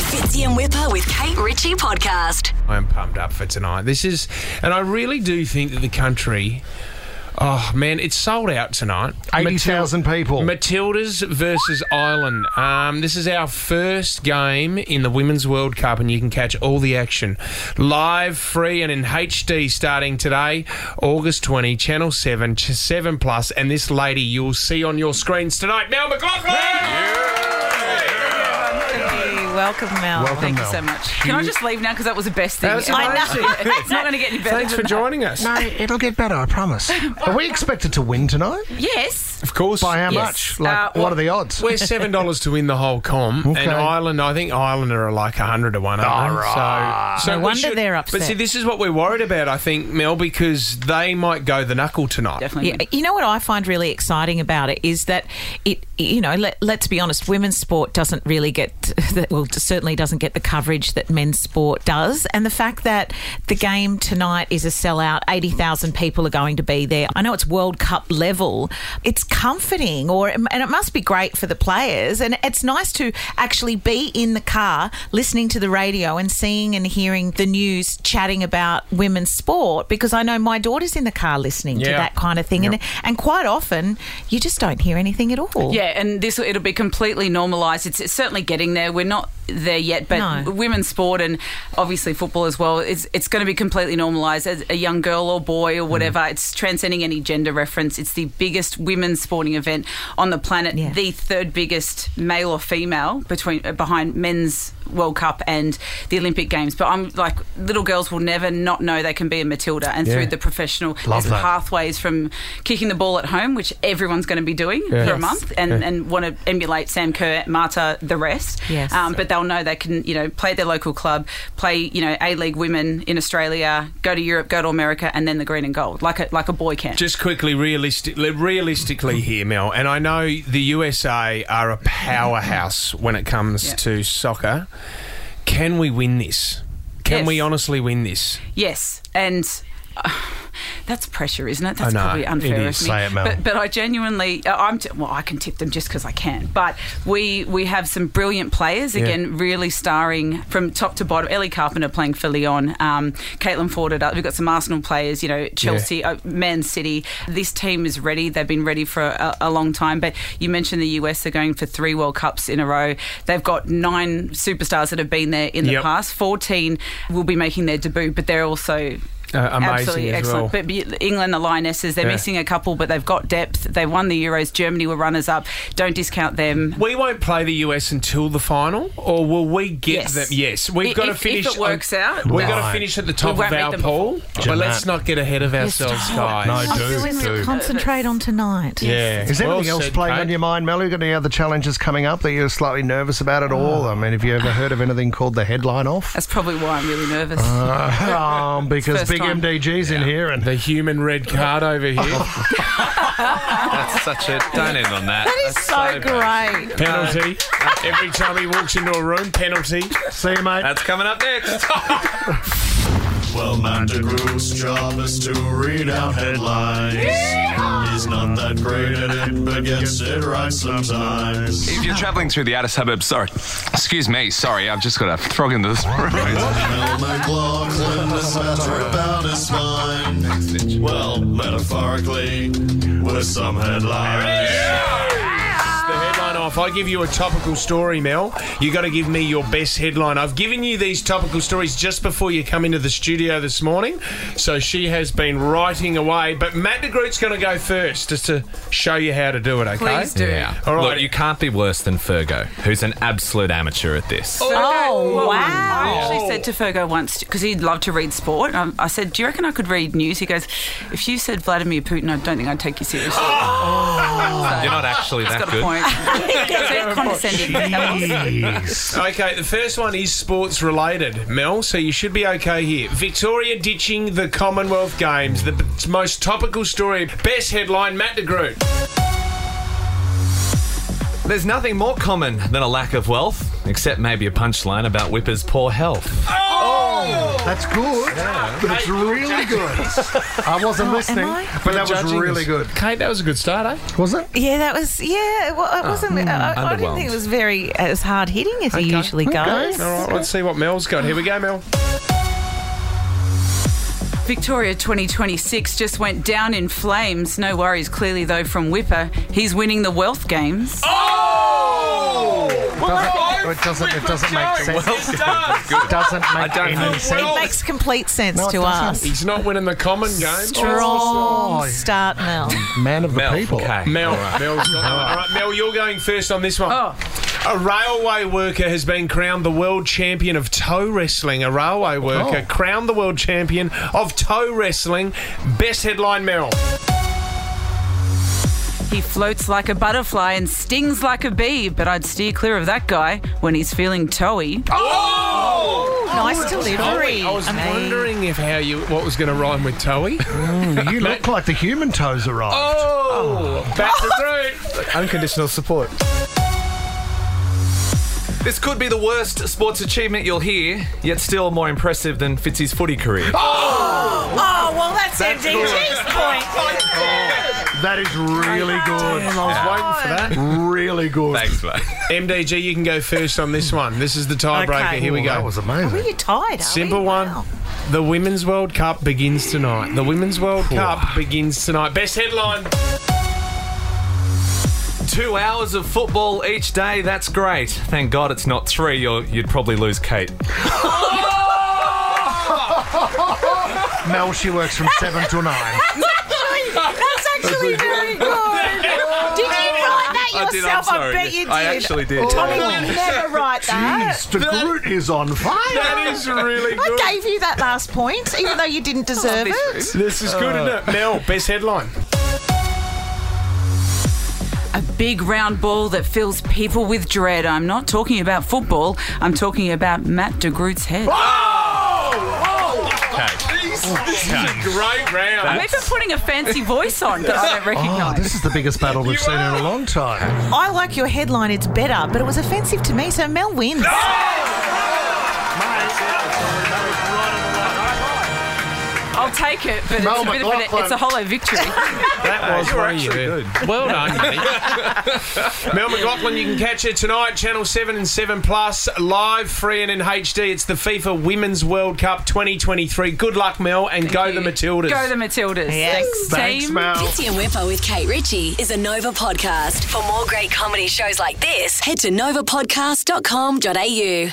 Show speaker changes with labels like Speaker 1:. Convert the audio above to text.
Speaker 1: Fitzy and Whipper with Kate Ritchie podcast.
Speaker 2: I am pumped up for tonight. This is, and I really do think that the country. Oh man, it's sold out tonight.
Speaker 3: 80,000 people.
Speaker 2: Matildas versus Ireland. Um, this is our first game in the Women's World Cup, and you can catch all the action live, free, and in HD starting today, August 20, Channel 7, ch- 7 Plus, and this lady you'll see on your screens tonight, Mel McLaughlin.
Speaker 4: Welcome, Mel.
Speaker 3: Welcome,
Speaker 4: Thank
Speaker 3: Mel.
Speaker 4: you so much. Can I just leave now? Because that was the best thing.
Speaker 2: That was
Speaker 4: ever.
Speaker 2: amazing.
Speaker 4: it's not going to get any better.
Speaker 2: Thanks for
Speaker 4: than
Speaker 2: joining us.
Speaker 3: No, it'll get better, I promise. Are we expected to win tonight?
Speaker 4: that. Yes.
Speaker 2: Of course.
Speaker 3: By how
Speaker 4: Yes.
Speaker 3: much? Like,
Speaker 4: Uh,
Speaker 3: what
Speaker 4: well,
Speaker 3: are the odds?
Speaker 2: We're seven dollars to win the whole com,
Speaker 3: Okay.
Speaker 2: and Ireland. I think Ireland are like hundred to one. Aren't they?
Speaker 3: Alright.
Speaker 2: So, so
Speaker 5: No
Speaker 2: we
Speaker 5: wonder
Speaker 2: should-
Speaker 5: they're
Speaker 2: But
Speaker 5: upset.
Speaker 2: see, this is what we're worried about. I think Mel because they might go the knuckle tonight.
Speaker 4: Definitely.
Speaker 5: Yeah, you know what I find really exciting about it is that it, you know, let, let's be honest, women's sport doesn't really get, the- well, certainly doesn't get the coverage that men's sport does. And the fact that the game tonight is a sellout, 80,000 people are going to be there. I know it's World Cup level. It's comforting, or and it must be great for the players. And it's nice to actually be in the car listening to the radio and seeing and hearing the news chatting about women's sport because I know my daughter's in the car listening to
Speaker 2: Yeah.
Speaker 5: that kind of thing. And and quite often you just don't hear anything at all.
Speaker 4: Yeah, and this it'll be completely normalised. It's, it's certainly getting there. We're not there yet, but
Speaker 5: No.
Speaker 4: women's sport and obviously football as well. It's it's going to be completely normalised as a young girl or boy or whatever. It's transcending any gender reference. It's the biggest women's sporting event on the planet.
Speaker 5: Yeah.
Speaker 4: The third biggest male or female between uh, behind men's World Cup and the Olympic Games. But I'm like little girls will never not know they can be a Matilda, and through the professional
Speaker 3: Love
Speaker 4: there's
Speaker 3: that.
Speaker 4: pathways from kicking the ball at home, which everyone's going to be doing for a month and, and want to emulate Sam Kerr, Marta, the rest.
Speaker 5: Yes.
Speaker 4: Um, but they'll know they can, you know, play at their local club, play, you know, A League women in Australia, go to Europe, go to America, and then the green and gold, like a, like a boy can.
Speaker 2: Just quickly, realistically, realistically here, Mel, and I know the USA are a powerhouse when it comes
Speaker 4: Yeah.
Speaker 2: to soccer. Can we win this? Can
Speaker 4: Yes.
Speaker 2: we honestly win this?
Speaker 4: Yes, and uh, that's pressure, isn't it? That's
Speaker 2: know,
Speaker 4: probably unfair
Speaker 2: it
Speaker 4: of me.
Speaker 2: is.
Speaker 3: Say it, Mel.
Speaker 4: But, but I genuinely, uh, I'm t- well, I can tip them just because I can. But we we have some brilliant players again, really starring from top to bottom. Ellie Carpenter playing for Leon, um, Caitlin Ford. At, we've got some Arsenal players, you know, Chelsea, uh, Man City. This team is ready. They've been ready for a, a long time. But you mentioned the US. They're going for three World Cups in a row. They've got nine superstars that have been there in the
Speaker 2: Yep.
Speaker 4: past. Fourteen will be making their debut, but they're also
Speaker 2: Uh, amazing
Speaker 4: Absolutely
Speaker 2: as
Speaker 4: excellent.
Speaker 2: well.
Speaker 4: But be- England, the Lionesses, they're
Speaker 2: Yeah.
Speaker 4: missing a couple, but they've got depth. They won the Euros. Germany were runners up. Don't discount them.
Speaker 2: We won't play the US until the final, or will we get
Speaker 4: Yes.
Speaker 2: them? Yes, we've
Speaker 4: If-
Speaker 2: got to
Speaker 4: if-
Speaker 2: finish.
Speaker 4: if it works out,
Speaker 2: we've got to
Speaker 3: Right.
Speaker 2: finish at the top
Speaker 4: won't
Speaker 2: of
Speaker 4: meet
Speaker 2: our
Speaker 4: them
Speaker 2: pool. But
Speaker 3: Jeanette.
Speaker 2: let's not get ahead of ourselves, guys.
Speaker 3: No,
Speaker 5: I'm
Speaker 3: do,
Speaker 5: feeling
Speaker 3: do.
Speaker 5: Concentrate on tonight.
Speaker 2: yeah.
Speaker 3: Is there
Speaker 2: Well
Speaker 3: anything else
Speaker 2: said,
Speaker 3: playing
Speaker 2: Kate.
Speaker 3: on your mind, Mel? You got any other challenges coming up that you're slightly nervous about at all? I mean, have you ever heard of anything called the headline off?
Speaker 4: That's probably why I'm really nervous.
Speaker 2: Uh,
Speaker 3: um, because
Speaker 4: First
Speaker 3: big
Speaker 4: time.
Speaker 3: MDG's in here and
Speaker 2: The human red card over here.
Speaker 3: Oh,
Speaker 6: That's such a. Don't end on that.
Speaker 5: That is
Speaker 6: That's
Speaker 5: so
Speaker 6: bad.
Speaker 5: great.
Speaker 2: penalty. Every time he walks into a room, penalty.
Speaker 3: see you, mate.
Speaker 6: That's coming up next.
Speaker 7: Well, Manta Group's job is to read out headlines. He's not that great at it, but gets it right sometimes.
Speaker 6: if you're travelling through the outer suburbs, sorry. Excuse me. Sorry, I've just got a frog in the throat.
Speaker 7: Mel McLaughlin is better about his spine. Well, metaphorically, with some headlines.
Speaker 2: The headline off. I give you a topical story, Mel. You got to give me your best headline. I've given you these topical stories just before you come into the studio this morning, so she has been writing away. But Matt de Groot's going to go first, just to show you how to do it. Okay?
Speaker 4: Please do.
Speaker 8: Yeah.
Speaker 2: All right.
Speaker 8: Look, you can't be worse than Fergo, who's an absolute amateur at this.
Speaker 5: Oh,
Speaker 4: Well, I
Speaker 5: wow.
Speaker 4: actually said to Fergo once because he'd love to read sport. Um, I said, "Do you reckon I could read news?" He goes, "If you said Vladimir Putin, I don't think I'd take you seriously."
Speaker 2: Oh.
Speaker 8: You're not actually that
Speaker 4: Got a
Speaker 8: good.
Speaker 4: point. So condescending. That was-
Speaker 2: Okay, the first one is sports related, Mel, so you should be okay here. Victoria ditching the Commonwealth Games, the b- most topical story, best headline, Matt de Groot.
Speaker 8: There's nothing more common than a lack of wealth, except maybe a punchline about Whipper's poor health.
Speaker 2: Oh!
Speaker 3: That's good. That's really good. Oh, I wasn't listening,
Speaker 5: I?
Speaker 3: but that was really good.
Speaker 2: Kate, that was a good start, eh?
Speaker 3: Was it?
Speaker 5: Yeah, that was. Yeah, it wa- it wasn't. I, I didn't think it was very as hard hitting as he usually goes.
Speaker 2: All right, let's see what Mel's got. Here we go, Mel.
Speaker 4: Victoria 2026 just went down in flames. No worries, clearly, though, from Whipper. He's winning the wealth games.
Speaker 3: Doesn't- it doesn't. It doesn't make sense. It doesn't make
Speaker 6: don't
Speaker 3: any
Speaker 6: know.
Speaker 5: It
Speaker 3: sense.
Speaker 5: makes complete sense
Speaker 3: No, it
Speaker 5: to
Speaker 3: doesn't.
Speaker 5: us.
Speaker 2: He's not winning the common game.
Speaker 5: Strong
Speaker 3: Oh.
Speaker 5: start, Mel.
Speaker 3: Man of the people.
Speaker 2: Mel, Mel's got that one. All right, Mel, you're going first on this one.
Speaker 4: Oh.
Speaker 2: A railway worker has been crowned the world champion of toe wrestling. A railway worker crowned the world champion of toe wrestling. Best headline, Mel.
Speaker 4: He floats like a butterfly and stings like a bee, but I'd steer clear of that guy when he's feeling toey.
Speaker 5: nice delivery.
Speaker 2: I was
Speaker 5: Hey.
Speaker 2: wondering if how you what was going to rhyme with toey.
Speaker 3: You look like the human toes arrived.
Speaker 2: Oh, back to three.
Speaker 9: Unconditional support.
Speaker 8: This could be the worst sports achievement you'll hear, yet still more impressive than Fitzy's footy career.
Speaker 5: Oh, well, that's, MDG's point.
Speaker 3: That is really good.
Speaker 2: Oh, I was waiting for that.
Speaker 3: Really good.
Speaker 8: Thanks, mate.
Speaker 2: MDG, you can go first on this one. This is the tiebreaker.
Speaker 5: Okay.
Speaker 2: Here we
Speaker 3: Ooh,
Speaker 2: go.
Speaker 3: That was
Speaker 5: Were
Speaker 3: amazing.
Speaker 5: you tired? are
Speaker 2: Simple
Speaker 5: we?
Speaker 2: one.
Speaker 5: Wow.
Speaker 2: The Women's World Cup begins tonight. The Women's World Cup begins tonight. Best headline.
Speaker 8: Two hours of football each day, that's great. Thank God it's not three, or you'd probably lose Kate.
Speaker 3: Mel, she works from seven till nine.
Speaker 5: That's actually very good. Did you write that
Speaker 8: I
Speaker 5: yourself?
Speaker 8: did, I'm sorry.
Speaker 5: bet you did.
Speaker 8: I actually did. Oh.
Speaker 5: Tommy would never write that.
Speaker 3: Jeez, the Groot is on fire.
Speaker 2: That is really
Speaker 5: I
Speaker 2: good.
Speaker 5: gave you that last point, even though you didn't deserve it.
Speaker 2: This is good, isn't
Speaker 3: Uh.
Speaker 2: it? Mel, best headline.
Speaker 4: A big round ball that fills people with dread. I'm not talking about football, I'm talking about Matt de Groot's head.
Speaker 8: Oh.
Speaker 2: This is a great round.
Speaker 4: We've been putting a fancy voice on that I don't
Speaker 3: Oh,
Speaker 4: recognise.
Speaker 3: this is the biggest battle we've seen in a long time.
Speaker 5: I like your headline, it's better, but it was offensive to me, so Mel wins.
Speaker 4: I'll take it, but
Speaker 3: Mel
Speaker 4: it's a bit of an,
Speaker 3: McLaughlin.
Speaker 4: it's a hollow victory.
Speaker 2: That was
Speaker 8: you were
Speaker 2: really
Speaker 8: actually
Speaker 2: good. Well done, mate. Mel McLaughlin, you can catch her tonight, Channel 7 and 7 Plus, live, free, and in HD. It's the FIFA Women's World Cup 2023. Good luck, Mel, and go the Matildas.
Speaker 4: Go the Matildas.
Speaker 5: Yes.
Speaker 3: Thanks,
Speaker 4: Team.
Speaker 3: Mel.
Speaker 1: Fitzy and Whipper with Kate Ritchie is a Nova podcast. For more great comedy shows like this, head to novapodcast.com.au.